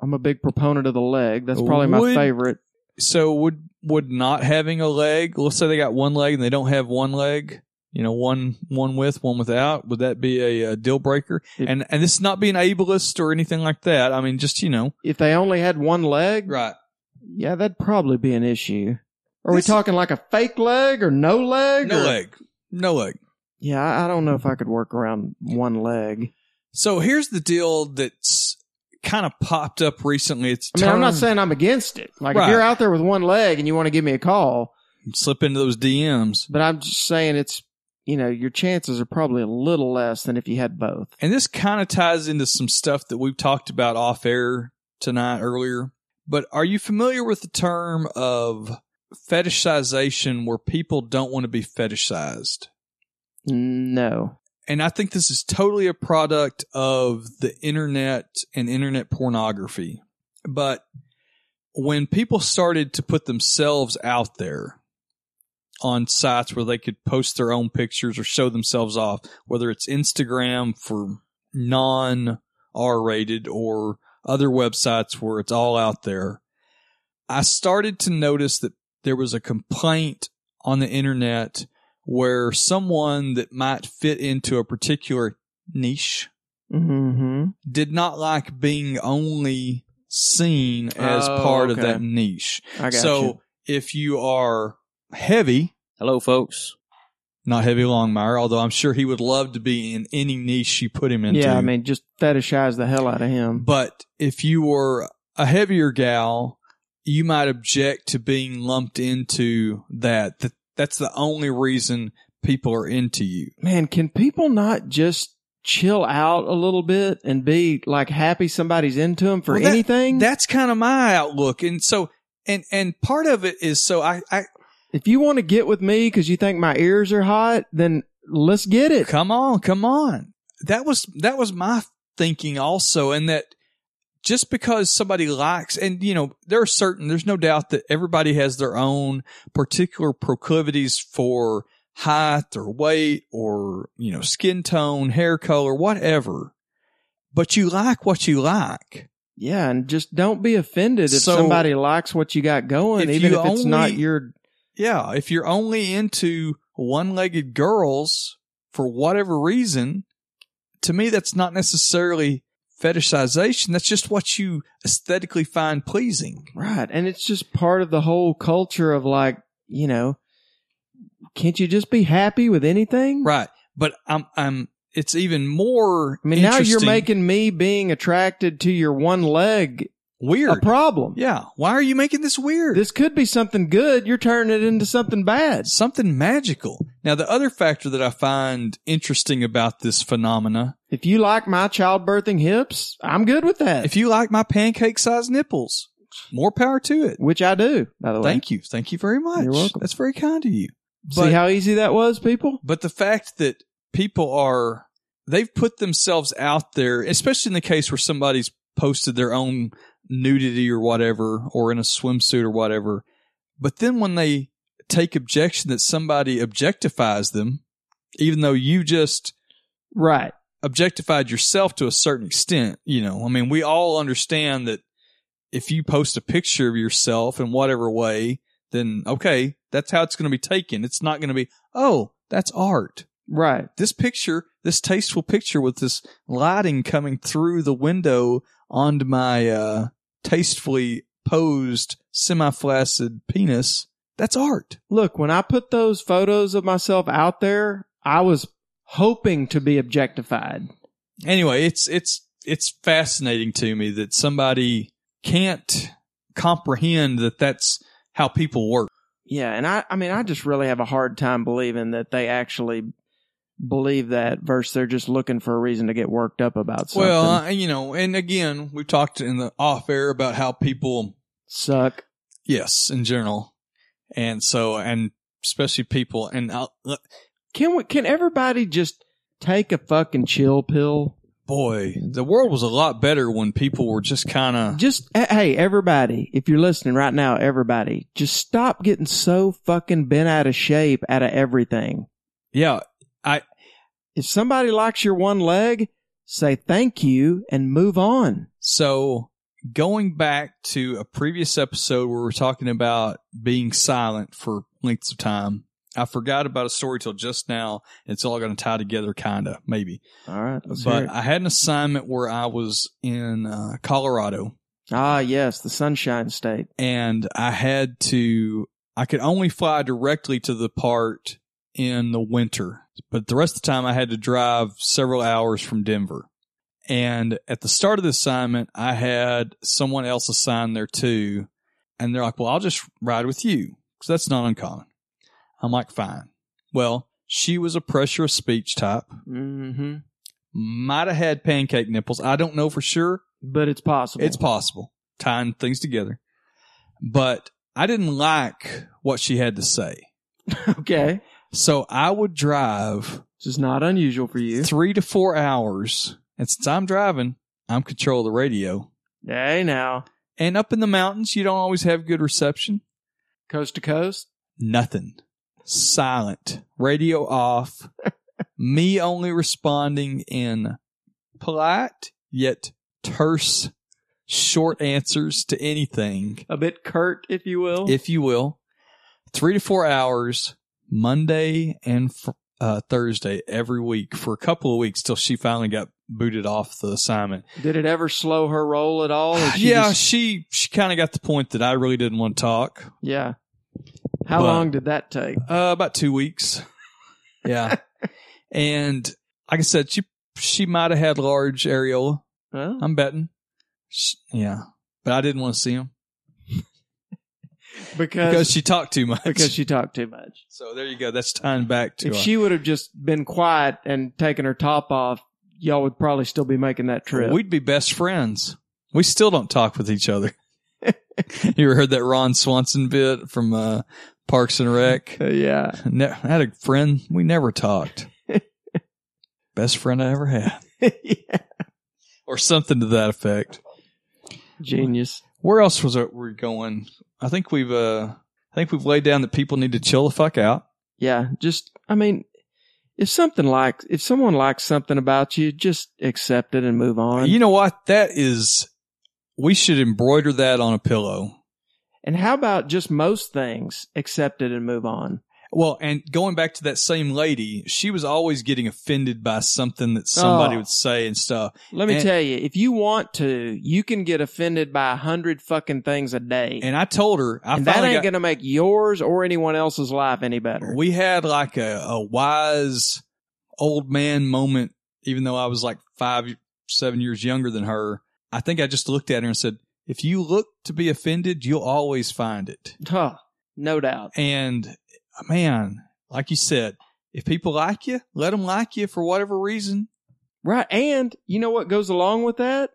[SPEAKER 3] I'm a big proponent of the leg. That's probably my
[SPEAKER 10] Would-
[SPEAKER 3] favorite.
[SPEAKER 10] So would would not having a leg? Let's say they got one leg and they don't have one leg. You know, one one with, one without. Would that be a, uh deal breaker?
[SPEAKER 3] It-
[SPEAKER 10] and and this is not being ableist or anything like that. I mean, just you know,
[SPEAKER 3] If they only had one leg,
[SPEAKER 10] right.
[SPEAKER 3] yeah, that'd probably be an issue. Are we
[SPEAKER 10] This-
[SPEAKER 3] talking like a fake leg or no leg?
[SPEAKER 10] No
[SPEAKER 3] or-
[SPEAKER 10] leg. No leg.
[SPEAKER 3] Yeah, I I don't know if I could work around one leg.
[SPEAKER 10] So here's the deal that's kind of popped up recently. It's
[SPEAKER 3] I mean, I'm not
[SPEAKER 10] term-
[SPEAKER 3] saying I'm against it. Like,
[SPEAKER 10] Right.
[SPEAKER 3] if you're out there with one leg and you want to give me a call,
[SPEAKER 10] slip into those DMs.
[SPEAKER 3] but I'm just saying it's, you know, your chances are probably a little less than if you had both.
[SPEAKER 10] And this kind of ties into some stuff that we've talked about off air tonight earlier. But are you familiar with the term of fetishization where people don't want to be fetishized?
[SPEAKER 3] No.
[SPEAKER 10] And I think this is totally a product of the internet and internet pornography. But when people started to put themselves out there on sites where they could post their own pictures or show themselves off, whether it's Instagram for non R rated or other websites where it's all out there. I started to notice that there was a complaint on the internet where someone that might fit into a particular niche
[SPEAKER 3] Mm-hmm.
[SPEAKER 10] did not like being only seen as
[SPEAKER 3] Oh,
[SPEAKER 10] part of
[SPEAKER 3] okay.
[SPEAKER 10] that niche.
[SPEAKER 3] I got
[SPEAKER 10] so
[SPEAKER 3] you.
[SPEAKER 10] if you are heavy,
[SPEAKER 8] Hello, folks.
[SPEAKER 10] not heavy Longmire, although I'm sure he would love to be in any niche you put him into.
[SPEAKER 3] Yeah, I mean, just fetishize the hell out of him.
[SPEAKER 10] But if you were a heavier gal, you might object to being lumped into that. That that's the only reason people are into you.
[SPEAKER 3] Man, can people not just chill out a little bit and be like happy somebody's into them for
[SPEAKER 10] Well, that-
[SPEAKER 3] anything?
[SPEAKER 10] That's kind of my outlook, and so and and part of it is so I, I
[SPEAKER 3] if you want to get with me because you think my ears are hot, then let's get it.
[SPEAKER 10] come on, come on. That was that was my thinking also, and that just because somebody likes and you know there are certain there's no doubt that everybody has their own particular proclivities for height or weight or you know skin tone hair color whatever but you like what you like
[SPEAKER 3] Yeah, and just don't be offended if
[SPEAKER 10] So-
[SPEAKER 3] somebody likes what you got going,
[SPEAKER 10] If
[SPEAKER 3] even
[SPEAKER 10] you
[SPEAKER 3] if it's not
[SPEAKER 10] only-
[SPEAKER 3] your.
[SPEAKER 10] yeah if you're only into one-legged girls for whatever reason to me that's not necessarily fetishization that's just what you aesthetically find pleasing
[SPEAKER 3] Right. And it's just part of the whole culture of like, you know, can't you just be happy with anything?
[SPEAKER 10] Right. But I'm I'm it's even more
[SPEAKER 3] I mean, now you're
[SPEAKER 10] interesting-
[SPEAKER 3] making me being attracted to your one leg a
[SPEAKER 10] weird.
[SPEAKER 3] problem.
[SPEAKER 10] yeah. Why are you making this weird?
[SPEAKER 3] This could be something good. You're turning it into something bad.
[SPEAKER 10] something magical. Now the other factor that I find interesting about this phenomena,
[SPEAKER 3] If you like my childbirthing hips, I'm good with that,
[SPEAKER 10] if you like my pancake sized nipples, more power to it.
[SPEAKER 3] which I do, by the way.
[SPEAKER 10] Thank you. Thank you very much.
[SPEAKER 3] You're welcome.
[SPEAKER 10] That's very kind of you.
[SPEAKER 3] See how easy that was, people?
[SPEAKER 10] But the fact that people are, they've put themselves out there, especially in the case where somebody's posted their own nudity or whatever, or in a swimsuit or whatever. But then when they take objection that somebody objectifies them, even though you just
[SPEAKER 3] Right.
[SPEAKER 10] objectified yourself to a certain extent, you know, I mean, we all understand that if you post a picture of yourself in whatever way, then okay, that's how it's going to be taken. It's not going to be, oh, that's art
[SPEAKER 3] Right.
[SPEAKER 10] this picture, this tasteful picture with this lighting coming through the window onto my uh, tastefully posed semi-flaccid penis. That's art.
[SPEAKER 3] Look, when I put those photos of myself out there, I was hoping to be objectified.
[SPEAKER 10] Anyway, it's it's it's fascinating to me that somebody can't comprehend that that's how people work.
[SPEAKER 3] Yeah, and I I mean I just really have a hard time believing that they actually believe that versus they're just looking for a reason to get worked up about something.
[SPEAKER 10] Well, I, you know, and again, we talked in the off air about how people
[SPEAKER 3] suck.
[SPEAKER 10] yes, in general. And so and especially people and uh, I'll,
[SPEAKER 3] Can we, can everybody just take a fucking chill pill?
[SPEAKER 10] boy, the world was a lot better when people were just kind of
[SPEAKER 3] Just eh, hey everybody, if you're listening right now, everybody, just stop getting so fucking bent out of shape out of everything.
[SPEAKER 10] yeah.
[SPEAKER 3] If somebody likes your one leg, say thank you and move on.
[SPEAKER 10] So going back to a previous episode where we are talking about being silent for lengths of time, I forgot about a story till just now. It's all going to tie together, kinda, maybe.
[SPEAKER 3] All right, let's hear
[SPEAKER 10] but
[SPEAKER 3] it.
[SPEAKER 10] I had an assignment where I was in uh, Colorado.
[SPEAKER 3] ah yes, the Sunshine State.
[SPEAKER 10] and I had to, I could only fly directly to the part in the winter, but the rest of the time I had to drive several hours from Denver. And at the start of the assignment, I had someone else assigned there too. And they're like, well, I'll just ride with you because that's not uncommon. I'm like, fine. Well, she was a pressure of speech type,
[SPEAKER 3] Mm-hmm.
[SPEAKER 10] might have had pancake nipples. I don't know for sure.
[SPEAKER 3] But it's possible.
[SPEAKER 10] It's possible. Tying things together. But I didn't like what she had to say.
[SPEAKER 3] okay.
[SPEAKER 10] So I would drive
[SPEAKER 3] This is not unusual for you.
[SPEAKER 10] three to four hours. And since I'm driving, I'm control of the radio.
[SPEAKER 3] Hey now,
[SPEAKER 10] And up in the mountains, you don't always have good reception.
[SPEAKER 3] coast to coast.
[SPEAKER 10] Nothing. Silent. Radio off. Me only responding in polite yet terse, short answers to anything,
[SPEAKER 3] A bit curt, if you will.
[SPEAKER 10] if you will. Three to four hours, Monday and fr- uh, Thursday every week for a couple of weeks till she finally got booted off the assignment.
[SPEAKER 3] Did it ever slow her roll at all? Or she
[SPEAKER 10] yeah,
[SPEAKER 3] just-
[SPEAKER 10] she she kind of got the point that I really didn't want to talk.
[SPEAKER 3] yeah. How
[SPEAKER 10] But-
[SPEAKER 3] long did that take?
[SPEAKER 10] Uh, about two weeks. Yeah, and like I said, she she might have had large areola.
[SPEAKER 3] Huh?
[SPEAKER 10] I'm betting. She, yeah, but I didn't want to see him
[SPEAKER 3] because
[SPEAKER 10] because
[SPEAKER 3] because she,
[SPEAKER 10] she talked too much.
[SPEAKER 3] talked too much.
[SPEAKER 10] so there you go. That's tying back to
[SPEAKER 3] If
[SPEAKER 10] our-
[SPEAKER 3] she would have just been quiet and taken her top off, y'all would probably still be making that trip.
[SPEAKER 10] We'd be best friends. We still don't talk with each other. you ever heard that Ron Swanson bit from uh, Parks and Rec?
[SPEAKER 3] Uh, yeah.
[SPEAKER 10] Ne- I had a friend. We never talked. Best friend I ever had,
[SPEAKER 3] yeah.
[SPEAKER 10] or something to that effect.
[SPEAKER 3] Genius.
[SPEAKER 10] Where else was it we're going? I think we've uh, I think we've laid down that people need to chill the fuck out.
[SPEAKER 3] Yeah. Just, I mean, if something likes, if someone likes something about you, just accept it and move on.
[SPEAKER 10] You know what? That is, we should embroider that on a pillow.
[SPEAKER 3] and how about just most things, accept it and move on?
[SPEAKER 10] Well, and going back to that same lady, she was always getting offended by something that somebody
[SPEAKER 3] Oh.
[SPEAKER 10] would say and stuff.
[SPEAKER 3] Let me
[SPEAKER 10] And-
[SPEAKER 3] tell you, if you want to, you can get offended by a hundred fucking things a day.
[SPEAKER 10] And I told her, I
[SPEAKER 3] and that
[SPEAKER 10] finally
[SPEAKER 3] ain't
[SPEAKER 10] got,
[SPEAKER 3] going to make yours or anyone else's life any better.
[SPEAKER 10] we had like a, a wise old man moment, even though I was like five, seven years younger than her. I think I just looked at her and said, if you look to be offended, you'll always find it.
[SPEAKER 3] Huh, no doubt.
[SPEAKER 10] And man, like you said, if people like you, let them like you for whatever reason.
[SPEAKER 3] Right. And you know what goes along with that?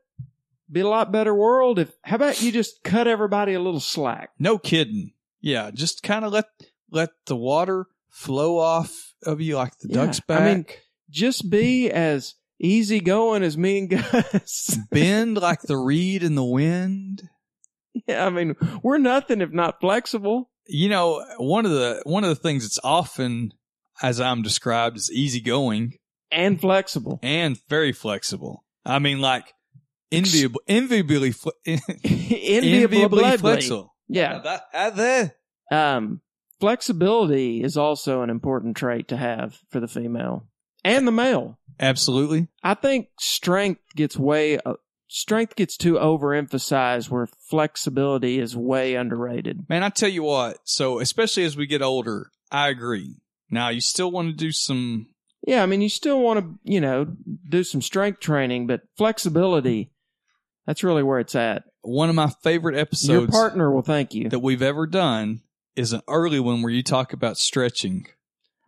[SPEAKER 3] Be a lot better world if, how about you just cut everybody a little slack?
[SPEAKER 10] No kidding. Yeah, just kind of let let the water flow off of you like the
[SPEAKER 3] Yeah,
[SPEAKER 10] duck's back.
[SPEAKER 3] I mean, Just be as easygoing as me and Gus.
[SPEAKER 10] bend like the reed in the wind.
[SPEAKER 3] yeah, I mean, we're nothing if not flexible.
[SPEAKER 10] You know, one of the one of the things that's often, as I'm described, is easygoing
[SPEAKER 3] And flexible.
[SPEAKER 10] and very flexible. I mean, like enviable, enviably, fle-
[SPEAKER 3] Enviable,
[SPEAKER 10] enviably
[SPEAKER 3] bloodly.
[SPEAKER 10] flexible.
[SPEAKER 3] Yeah.
[SPEAKER 10] That- that- that-
[SPEAKER 3] Um, flexibility is also an important trait to have for the female and the male.
[SPEAKER 10] Absolutely.
[SPEAKER 3] I think strength gets way uh, strength gets too overemphasized where flexibility is way underrated.
[SPEAKER 10] Man, I tell you what. So, especially as we get older, I agree. Now, you still want to do some
[SPEAKER 3] Yeah, I mean you still want to, you know, do some strength training, but flexibility that's really where it's at.
[SPEAKER 10] one of my favorite episodes
[SPEAKER 3] Your partner will thank you.
[SPEAKER 10] that we've ever done is an early one where you talk about stretching.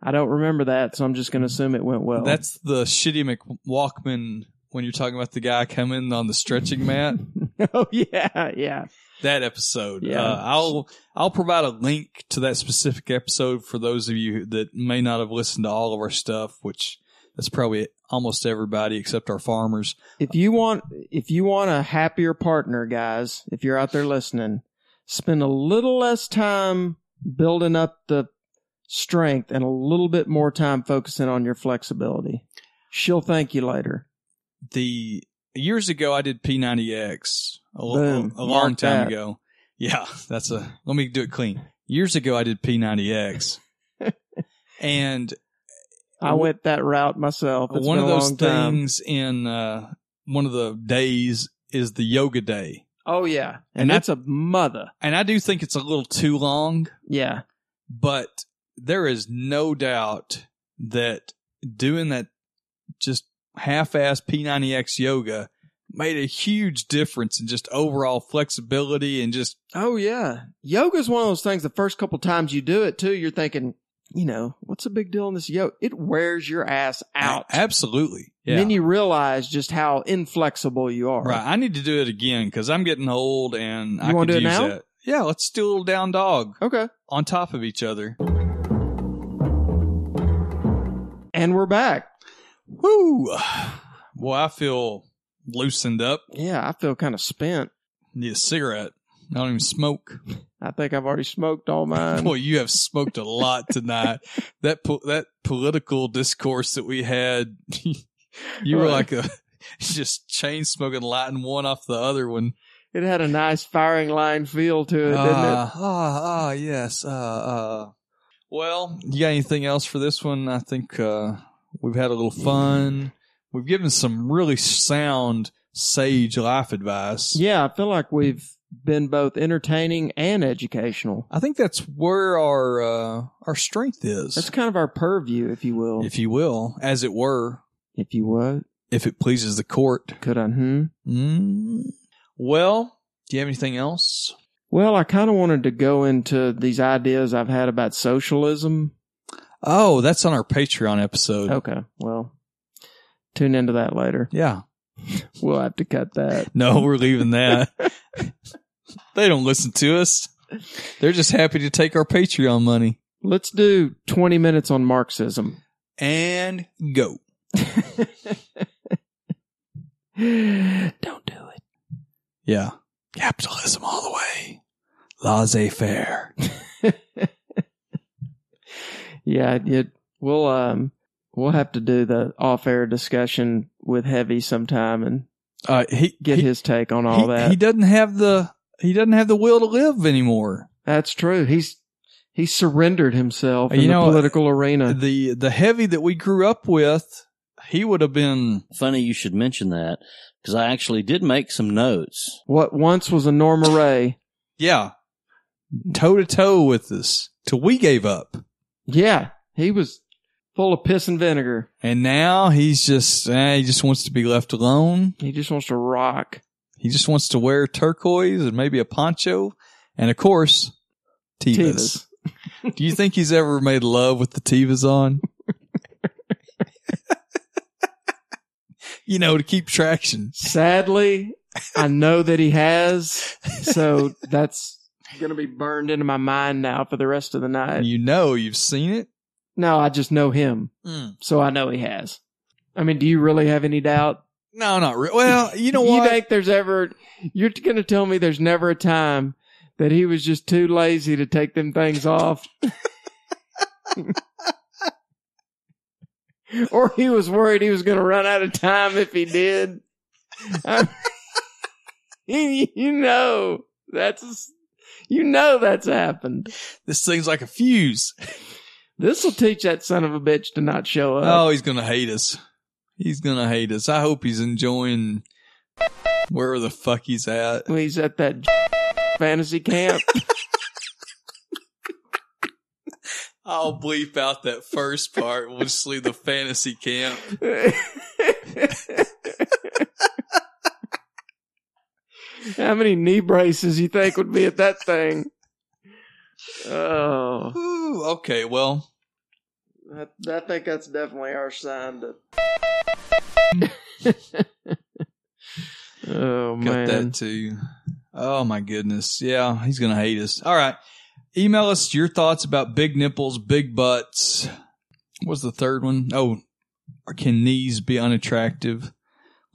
[SPEAKER 3] I don't remember that, so I'm just going to assume it went well.
[SPEAKER 10] That's the shitty McWalkman when you're talking about the guy coming on the stretching mat.
[SPEAKER 3] oh yeah, yeah.
[SPEAKER 10] That episode.
[SPEAKER 3] Yeah.
[SPEAKER 10] Uh, I'll I'll provide a link to that specific episode for those of you that may not have listened to all of our stuff, which that's probably almost everybody except our farmers.
[SPEAKER 3] If you want, if you want a happier partner, guys, if you're out there listening, spend a little less time building up the strength and a little bit more time focusing on your flexibility. She'll thank you later.
[SPEAKER 10] The years ago I did P90X a, l-
[SPEAKER 3] Boom.
[SPEAKER 10] a long
[SPEAKER 3] Mark
[SPEAKER 10] time
[SPEAKER 3] that.
[SPEAKER 10] ago. Yeah, that's a let me do it clean. Years ago I did P90X. and
[SPEAKER 3] I went that route myself. It's
[SPEAKER 10] one
[SPEAKER 3] been
[SPEAKER 10] of
[SPEAKER 3] a
[SPEAKER 10] those
[SPEAKER 3] long time.
[SPEAKER 10] things in uh, one of the days is the yoga day,
[SPEAKER 3] Oh yeah, and,
[SPEAKER 10] And
[SPEAKER 3] that's a mother.
[SPEAKER 10] and I do think it's a little too long,
[SPEAKER 3] Yeah,
[SPEAKER 10] but there is no doubt that doing that just half-ass P90X yoga made a huge difference in just overall flexibility and just
[SPEAKER 3] Oh yeah. Yoga's one of those things the first couple times you do it too, you're thinking, you know, what's the big deal in this yoga? It wears your ass out.
[SPEAKER 10] absolutely.
[SPEAKER 3] And Then you realize just how inflexible you are.
[SPEAKER 10] Right. I need to do it again because I'm getting old and I
[SPEAKER 3] You
[SPEAKER 10] could
[SPEAKER 3] wanna do it
[SPEAKER 10] use
[SPEAKER 3] now?
[SPEAKER 10] that. Yeah, let's do a little down dog
[SPEAKER 3] Okay.
[SPEAKER 10] on top of each other.
[SPEAKER 3] And we're back.
[SPEAKER 10] Woo! Boy, I feel loosened up.
[SPEAKER 3] Yeah, I feel kind of spent.
[SPEAKER 10] Need a cigarette. I don't even smoke.
[SPEAKER 3] I think I've already smoked all mine.
[SPEAKER 10] Boy, you have smoked a lot tonight. that po- that political discourse that we had, you were like
[SPEAKER 3] Right.
[SPEAKER 10] a just chain smoking, lighting one off the other one.
[SPEAKER 3] It had a nice firing line feel to it,
[SPEAKER 10] Ah, ah, ah, yes. Uh, uh. Well, you got anything else for this one? I think uh, we've had a little fun. We've given some really sound sage life advice.
[SPEAKER 3] didn't it? Yeah, I feel like we've been both entertaining and educational.
[SPEAKER 10] I think that's where our uh, our strength is,
[SPEAKER 3] That's kind of our purview, if you will.
[SPEAKER 10] if you will, as it were,
[SPEAKER 3] If you would,
[SPEAKER 10] if it pleases the court.
[SPEAKER 3] could I? Hmm?
[SPEAKER 10] Mm. Well, do you have anything else?
[SPEAKER 3] Well, I kind of wanted to go into these ideas I've had about socialism.
[SPEAKER 10] Oh, that's on our Patreon episode.
[SPEAKER 3] Okay, well, tune into that later.
[SPEAKER 10] Yeah.
[SPEAKER 3] We'll have to cut that.
[SPEAKER 10] No, we're leaving that. they don't listen to us. They're just happy to take our Patreon money
[SPEAKER 3] Let's do 20 minutes on Marxism.
[SPEAKER 10] and go.
[SPEAKER 3] Don't do it.
[SPEAKER 10] Yeah. Capitalism all the way. Laissez faire.
[SPEAKER 3] Yeah, it, we'll um we'll have to do the off air discussion with Heavy sometime and
[SPEAKER 10] Uh, he
[SPEAKER 3] get
[SPEAKER 10] he-
[SPEAKER 3] his take on all
[SPEAKER 10] he-
[SPEAKER 3] that.
[SPEAKER 10] He doesn't have the he doesn't have the will to live anymore.
[SPEAKER 3] That's true. He's he surrendered himself in
[SPEAKER 10] You know,
[SPEAKER 3] the political arena.
[SPEAKER 10] The the heavy that we grew up with, he would have been
[SPEAKER 8] Funny you should mention that because I actually did make some notes.
[SPEAKER 3] what once was a Norma Ray.
[SPEAKER 10] yeah, toe to toe with us till we gave up.
[SPEAKER 3] Yeah, he was full of piss and vinegar.
[SPEAKER 10] And now he's just eh, he just wants to be left alone.
[SPEAKER 3] He just wants to rock.
[SPEAKER 10] He just wants to wear turquoise and maybe a poncho, and of course, Tevas. Do you think he's ever made love with the Tevas on? you know, to keep traction.
[SPEAKER 3] Sadly, I know that he has, so that's gonna be burned into my mind now for the rest of the night.
[SPEAKER 10] You know, you've seen it.
[SPEAKER 3] No, I just know him. So I know he has. I mean, do you really have any doubt?
[SPEAKER 10] No, not really. Well, you know what?
[SPEAKER 3] You think there's ever, you're going to tell me there's never a time that he was just too lazy to take them things off? or he was worried he was going to run out of time if he did? I mean, you know, that's, you know, that's happened.
[SPEAKER 10] this thing's like a fuse.
[SPEAKER 3] This will teach that son of a bitch to not show up.
[SPEAKER 10] Oh, he's gonna hate us. He's gonna hate us. I hope he's enjoying wherever the fuck he's at.
[SPEAKER 3] when he's at that fantasy camp.
[SPEAKER 10] I'll bleep out that first part. We'll just leave the fantasy camp.
[SPEAKER 3] How many knee braces you think would be at that thing? Oh,
[SPEAKER 10] Ooh, okay, well,
[SPEAKER 3] I, I think that's definitely our sign to. oh
[SPEAKER 10] got
[SPEAKER 3] man,
[SPEAKER 10] that too. Oh my goodness. Yeah, he's gonna hate us. All right. Email us your thoughts about big nipples, big butts. What's the third one? Oh, or can knees be unattractive?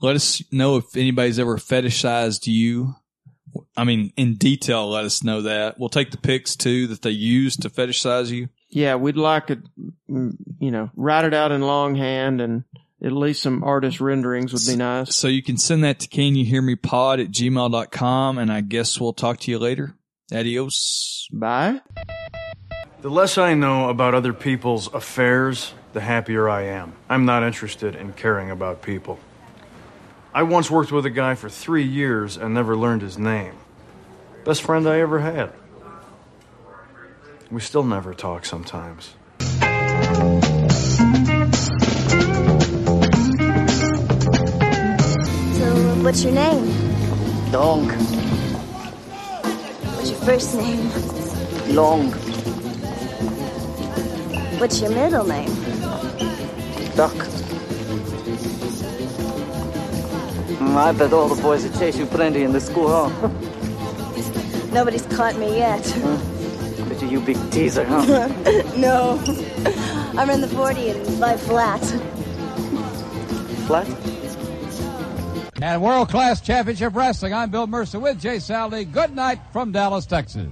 [SPEAKER 10] Let us know if anybody's ever fetishized you. I mean, in detail, let us know that. We'll take the pics too that they use to fetishize you.
[SPEAKER 3] yeah, we'd like it. mm, You know, write it out in longhand, and at least some artist renderings would be nice.
[SPEAKER 10] So you can send that to can you hear me pod at gmail.com and I guess we'll talk to you later. Adios.
[SPEAKER 3] Bye.
[SPEAKER 11] The less I know about other people's affairs, the happier I am. I'm not interested in caring about people. I once worked with a guy for three years and never learned his name. Best friend I ever had. We still never talk sometimes.
[SPEAKER 12] So, what's your name? Long. What's your first name? Long. What's your middle name? Duck. I bet all the boys are chasing plenty in the school, huh? Nobody's caught me yet. But you big teaser, huh? no. I run the 40 and buy flat. Flat?
[SPEAKER 6] And world class championship wrestling. I'm Bill Mercer with Jay Sally. Good night from Dallas, Texas.